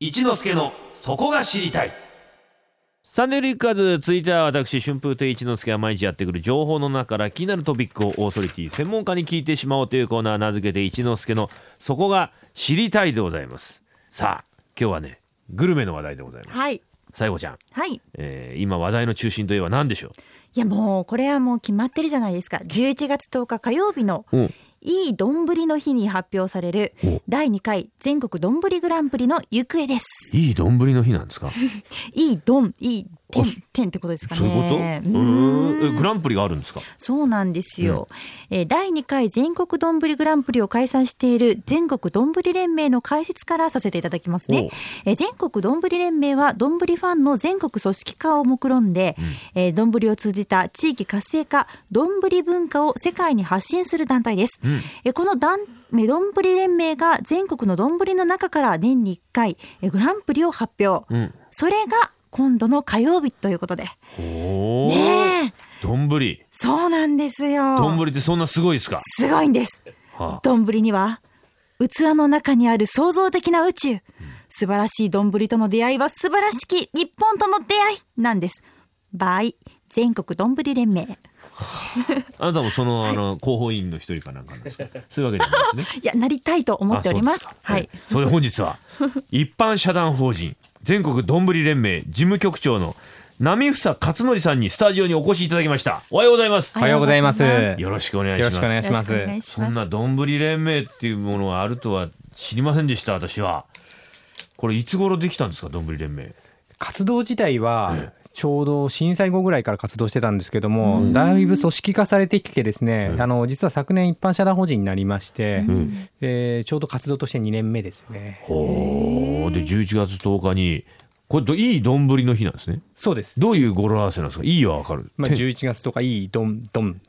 一之助のそこが知りたいサンデーリッカーズ続いては私春風亭一之輔が毎日やってくる情報の中から気になるトピックをオーソリティ専門家に聞いてしまおうというコーナー名付けて一之輔のそこが知りたいでございますさあ今日はねグルメの話題でございますはい。さいこちゃん、はい。いえー今話題の中心といえば何でしょや、もう、これはもう決まってるじゃないですか。11月10日火曜日の、う、うん、いいどんぶりの日に発表されるお、第2回全国どんぶりグランプリの行方です。いい丼の日なんですかいいどん、いいあてそん、てんってことですか ね。そういうことううんーんえグランプリがあるんですかそうなんですよ。えー第2回全国どんぶりグランプリを開催している全国どんぶり連盟の解説からさせていただきますね。えー全国どんぶり連盟はどんぶりファンの全国組織化を目論んで、えーどんぶりを通じた地域活性化、どんぶり文化を世界に発信する団体です。えーこの団えどんぶり連盟が全国のどんぶりの中から年に1回えーグランプリを発表。うんそれが今度の火曜日ということで。おーねえ、丼そうなんですよ。丼ってそんなすごいですかすごいんですはあ。丼には、器の中にある創造的な宇宙。素晴らしい丼との出会いは素晴らしき日本との出会いなんです。by 全国丼連盟。あなたもそのあの広報委員の一人かなんかなんですかそういうわけじゃないですねいや、なりたいと思っております。あそうでかはい。それで本日は一般社団法人全国どんぶり連盟事務局長の波房勝則さんにスタジオにお越しいただきましたおはようございますおおはようございます。おはようございよろしくお願いしまよろすしくお願いしまよす。ろしくお願いしそんます。などんぶり連盟っていうものがあるとは知りませんでした私はこれいつ頃できたんですかどんぶり連盟活動自体は、ちょうど震災後ぐらいから活動してたんですけども、だいぶ組織化されてきてですね、あの、実は昨年一般社団法人になりまして、でちょうど活動として2年目ですね。ほーで11月10日にこれどいいどんぶりの日なんですねそうです。どういう語呂合わせなんですかいいはわかるまあ、11月とかいいどんどん。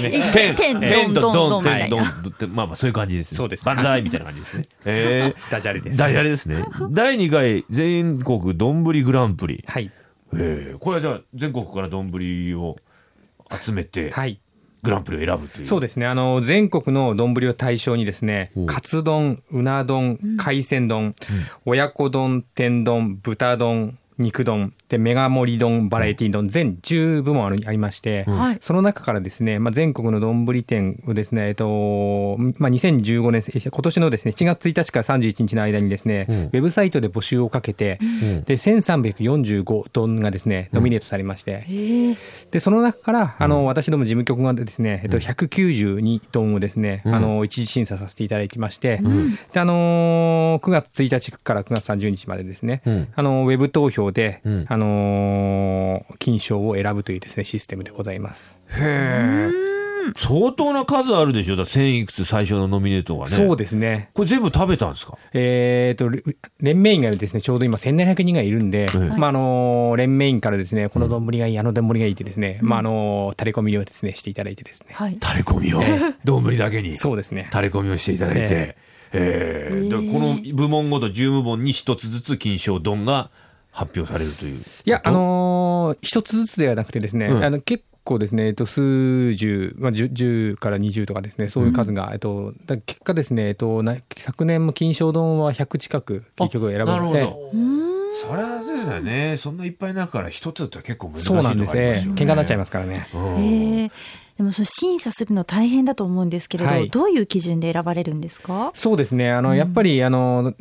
天天天とどんドどンん天どんドンってまあまあそういう感じですね。そうです万歳みたいな感じ ですね。えダジャレでえす。ダジャレです ね。第2回全国どんぶりグランプリ。はい。ええこれはじゃあ全国からどんぶりを集めてはい。グランプリを選ぶという。そうでですね。あの、全国の丼を対象にですねお、カツ丼、うな丼、海鮮丼、親子丼、天丼、豚丼、肉丼、で、メガ盛り丼、バラエティ丼、全10部門あるありまして、はいその中からですね、まあ、全国の丼店をですね、えっと、まあ、2015年、え今年のですね、7月1日から31日の間にですね、うんウェブサイトで募集をかけて、んで、1345丼がですね、ノミネートされまして、でその中からあの、私ども事務局がですね、えっと、192トンをですね、あの一時審査させていただきまして、であのー9月1日から9月30日までですね、うんあのウェブ投票で、んあのー金賞を選ぶというですねシステムでございます。相当な数あるでしょ。だ1000いくつ最初のノミネートがね。そうで。ですねこれ全部食べたんですか。えー、とれ連盟員がですねちょうど今1700人がいるんで、ええまああのー連盟員からですねこの丼がいい、あの丼がいいってですね、まああのー垂れ込みをですねしていただいてですね、はい。垂れ込みをどんぶりだけに。そうですね垂れ込みをしていただいえて、ええでこの部門ごと10部門に一つずつ金賞丼が発表されるということ。いや、あのー一つずつではなくてですね、うんあの結構ですね、えっと、数十、まあ、10, 10から20とかですね、そういう数が、えっと、だ結果ですね、えっと、な昨年も金賞丼は100近く、結局選ばなれるほて、ど。それはですよね、そんないっぱいの中から一つって結構難しいそのうがなあんりでますすよね。ね、喧嘩になっちゃいますからね。うんえーでもその審査するの大変だと思うんですけれど、はいどういう基準で選ばれるんですかそうですね、あのやっぱりあの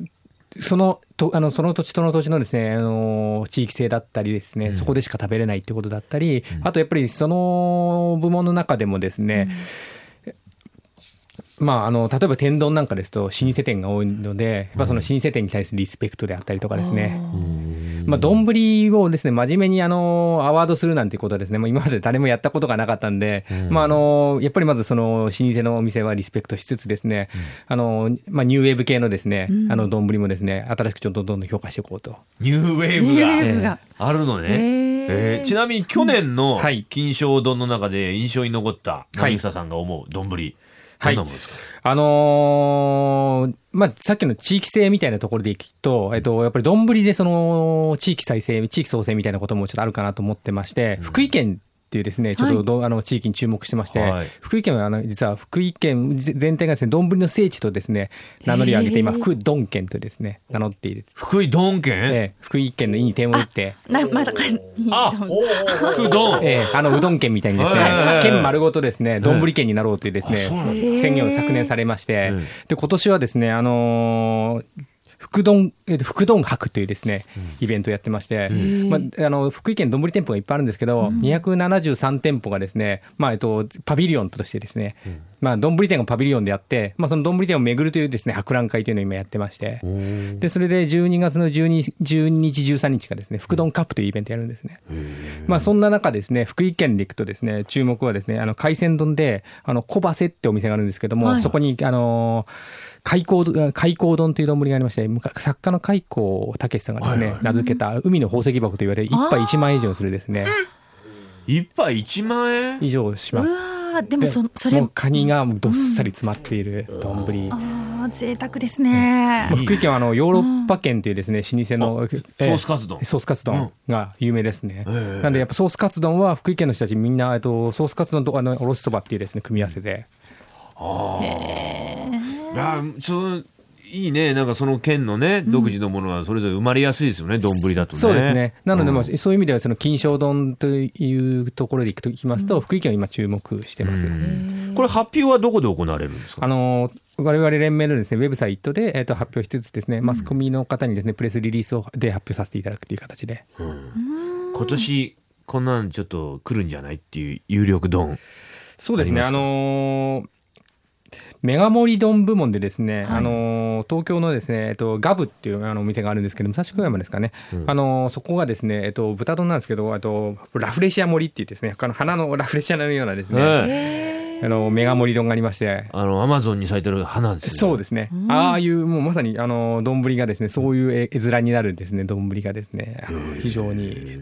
そのとあのその土地との土地のですねあの地域性だったりですね、そこでしか食べれないってことだったり、あとやっぱりその部門の中でもですね、まあ、あの例えば天丼なんかですと老舗店が多いので、やっぱその老舗店に対するリスペクトであったりとかですね、まあ、丼をですね、真面目にあの、アワードするなんてことはですね、もう今まで誰もやったことがなかったんで、まあ、あの、やっぱりまずその、老舗のお店はリスペクトしつつですね、あの、まあ、ニューウェーブ系のですね、あの、丼もですね、新しくちょっとどんどん評価していこうと。ニューウェニューウェーーブブががあるのね。へーえーちなみに去年のはい金賞丼の中で印象に残った、成房さんが思う丼、はどんいなものですかあのーまあ、さっきの地域性みたいなところでいくと、えっと、やっぱり丼でその、地域再生、地域創生みたいなこともちょっとあるかなと思ってまして、福井県っていうですね、ちょっとど、あの地域に注目してまして、はい福井県はあの実は福井県ぜ全体がですね、丼の聖地とですね、名乗りを上げて、今、へえ福丼県とですね、名乗っている。福井どん県ええ福井県の意に点を打って、なまだかにあ福どんええあのうどん県みたいにですね、はい県丸ごとですね、丼県になろうというですね、宣言を昨年されまして、うんで今年はですね、あのー福丼、えっと、福丼博というですね、イベントをやってまして、まあ、あの、福井県丼店舗がいっぱいあるんですけど、273店舗がですね、まあ、えっと、パビリオンとしてですね、まあ、丼店がパビリオンでやって、まあ、その丼店を巡るというですね、博覧会というのを今やってまして、で、それで12月の12、12日、13日がですね、福丼カップというイベントやるんですね。まあ、そんな中ですね、福井県で行くとですね、注目はですね、あの、海鮮丼で、あの、小バセってお店があるんですけども、はいそこに、あのー、海溝ど、海溝丼という丼がありまして、昔作家の海溝武さんがですね、名付けた海の宝石箱と言われ、一杯1万円以上するですね、一杯一万円以上しうます。わーでもそそれもうカニがどっさり詰まっている丼。あー贅沢ですねまあ福井 県はあのヨーロッパ圏というですね老舗の、えソースカツ丼ソースカツ丼が有名ですね、なんでやっぱソースカツ丼は福井県の人たちみんなえっとソースカツ丼とあのおろしそばっていうですね組み合わせで、いやそのいいねなんかその県のね独自のものはそれぞれ生まれやすいですよね丼だとねそうですねなのでまあ、うんそういう意味ではその金賞丼というところでいくといきますと、福井県は今注目してます、これ発表はどこで行われるんですかあの我々連盟のですねウェブサイトで、えっと発表しつつですねマスコミの方にですねプレスリリースをで発表させていただくという形で今年こんなんちょっと来るんじゃないっていう有力丼そうですね、あありまのーメガ盛り丼部門でですね、はいあのー東京のですね、えっと、ガブっていうあのお店があるんですけども、武蔵小山ですかね、あのーそこがですね、えっと、豚丼なんですけど、あとラフレシア盛りっていうですね、あの 花のラフレシアのようなですね、ええあのメガ盛り丼がありまして、あのアマゾンに咲いてる花ですねそうですね、ああいう、もうまさにあの丼がですね、そういう絵絵面になるんですね、丼がですね、あの非常に。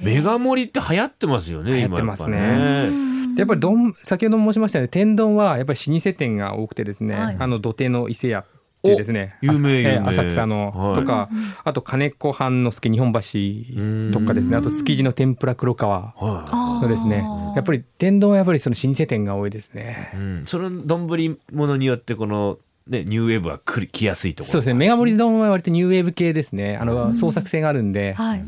メガ盛りって流行ってますよね流今行ってやまっすぱねねでやっぱり丼先ほども申しましたように天丼はやっぱり老舗店が多くてですね、はいあの土手の伊勢屋っていうですねお有名あえー有名浅草の、はいとかあと金子半之助日本橋とかですねあと築地の天ぷら黒川はあーのですねやっぱり天丼はやっぱりその老舗店が多いですねい、うん、その丼ものによってこのねニューウェーブは来る来やすいところそうですねメガ盛り丼は割とニューウェーブ系ですねあの創作性があるんで、はい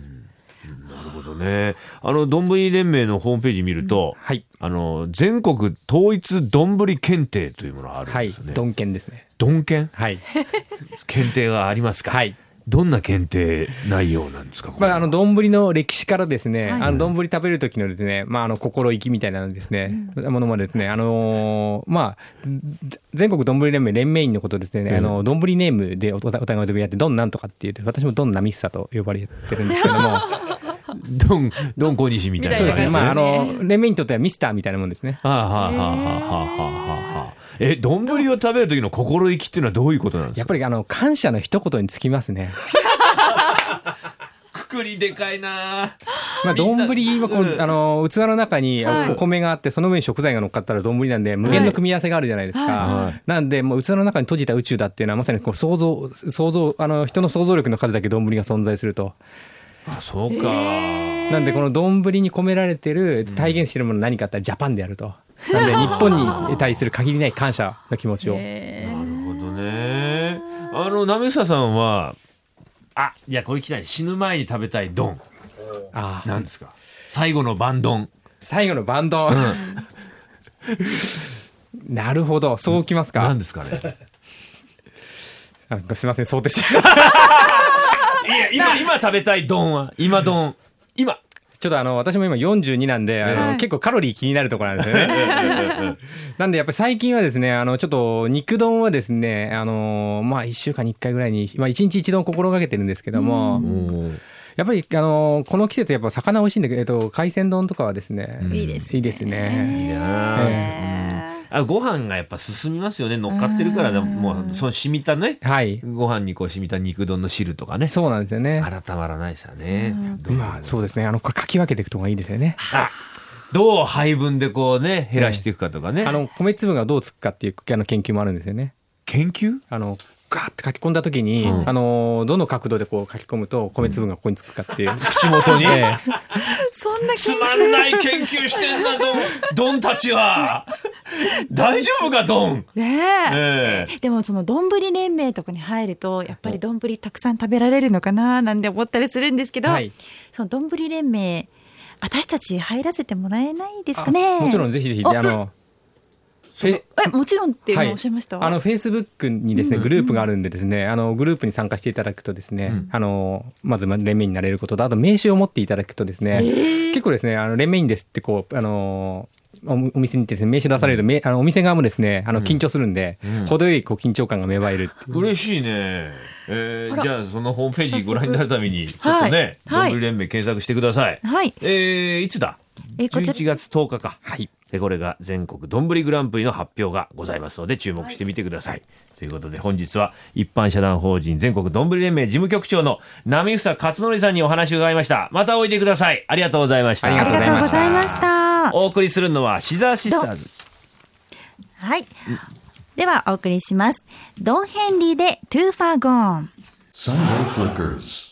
なるほどねあの丼連盟のホームページ見ると、はいあの全国統一丼検定というものがあるんはでいすよね、丼犬ですね丼検はい検定がありますかはいどんな検定内容なんですかこれまあ、あの丼の歴史からですね、はいあの丼食べる時のですね、まあ、あの心意気みたいなですね、ものまでですね、あのーまあ、ぜ全国丼連盟連盟員のことですね、あの丼ネームでおおお互いの呼び合って、どんなんとかっていう、私もどんなミスさと呼ばれてるんですけども、どんどん小西みたいな そう感じですね、ねまあ、あの連盟員にとってはミスターみたいなもんですね。はあはあはあはあはあはあはあえ丼を食べる時の心意気っていうのはどういうことなんですやっかぱりあの感謝の一言につきますね。くくりでかいなまあ丼はこうんうあの器の中にはいお米があってその上に食材が乗っかったら丼なんで無限の組み合わせがあるじゃないですか。はいはなんでもう器の中に閉じた宇宙だっていうのはまさにこう想像想像あの人の想像力の数だけ丼が存在すると。あそうか、なんでこの丼に込められてる体現してるもの何かあったらジャパンであると。なんで日本に対する限りない感謝の気持ちを。なるほどねあの波草さんはあいやこれ聞きたい死ぬ前に食べたい丼ああなんですか最後の晩丼最後のバンド。 なるほどそうきますなかん。ですかねあすいません想定して。いや今今食べたい丼は今丼 今ちょっとあの、私も今42なんで、あの、はい結構カロリー気になるところなんですよね。なんでやっぱり最近はですね、あの、ちょっと肉丼はですね、あの、まあ1週間に1回ぐらいに、まあ1日1丼心がけてるんですけども、やっぱりあの、この季節やっぱ魚美味しいんだけど、えっと、海鮮丼とかはですね、いいですねいいですね。いいなああご飯がやっぱ進みますよね乗っかってるからだもうその染みたねはい。ご飯にこう染みた肉丼の汁とかねそうなんですよね。改まらないですよねどうまあそうですね、あの、これかき分けていくとこがいいですよね。どう配分でこうね減らしていくかとかねあの、米粒がどうつくかっていうあの研究もあるんですよね。研究あの、ガーって書き込んだときに、うんあの、どの角度でこう書き込むと米粒がここにつくかっていう。口元にええそんなつ研ま究んない研究してんだドンドンたちは大丈夫かドンねえええでもその丼連盟とかに入るとやっぱり丼たくさん食べられるのかななんて思ったりするんですけど、 はいその丼連盟私たち入らせてもらえないですかあねもちろんぜひぜひでああのフェえもちろんっては今いおっしゃいました、あのフェイスブックにですねグループがあるんでですね、あのグループに参加していただくとですね、あのまずま連盟になれることとあと名刺を持っていただくとですね、結構ですねあの連盟員ですってこうあのおお店に行ってですね名刺出されると、めあのお店側もですねあの緊張するんで、程よいこう緊張感が芽生えるっていう嬉しいね、えあー、らじゃあそのホームページご覧になるためにちょっとね「はいどんぶり連盟」検索してください、はいえー、いつだえこちら11月10日かはいでこれが全国どんぶりグランプリの発表がございますので注目してみてください、ということで本日は一般社団法人全国どんぶり連盟事務局長の波房勝則さんにお話を伺いましたまたおいでくださいありがとうございましたありありがとうございましたお送りするのはシザーシスターズはいではお送りしますドン・ヘンリーで「トゥーファーゴーン」 Sunday Flickers.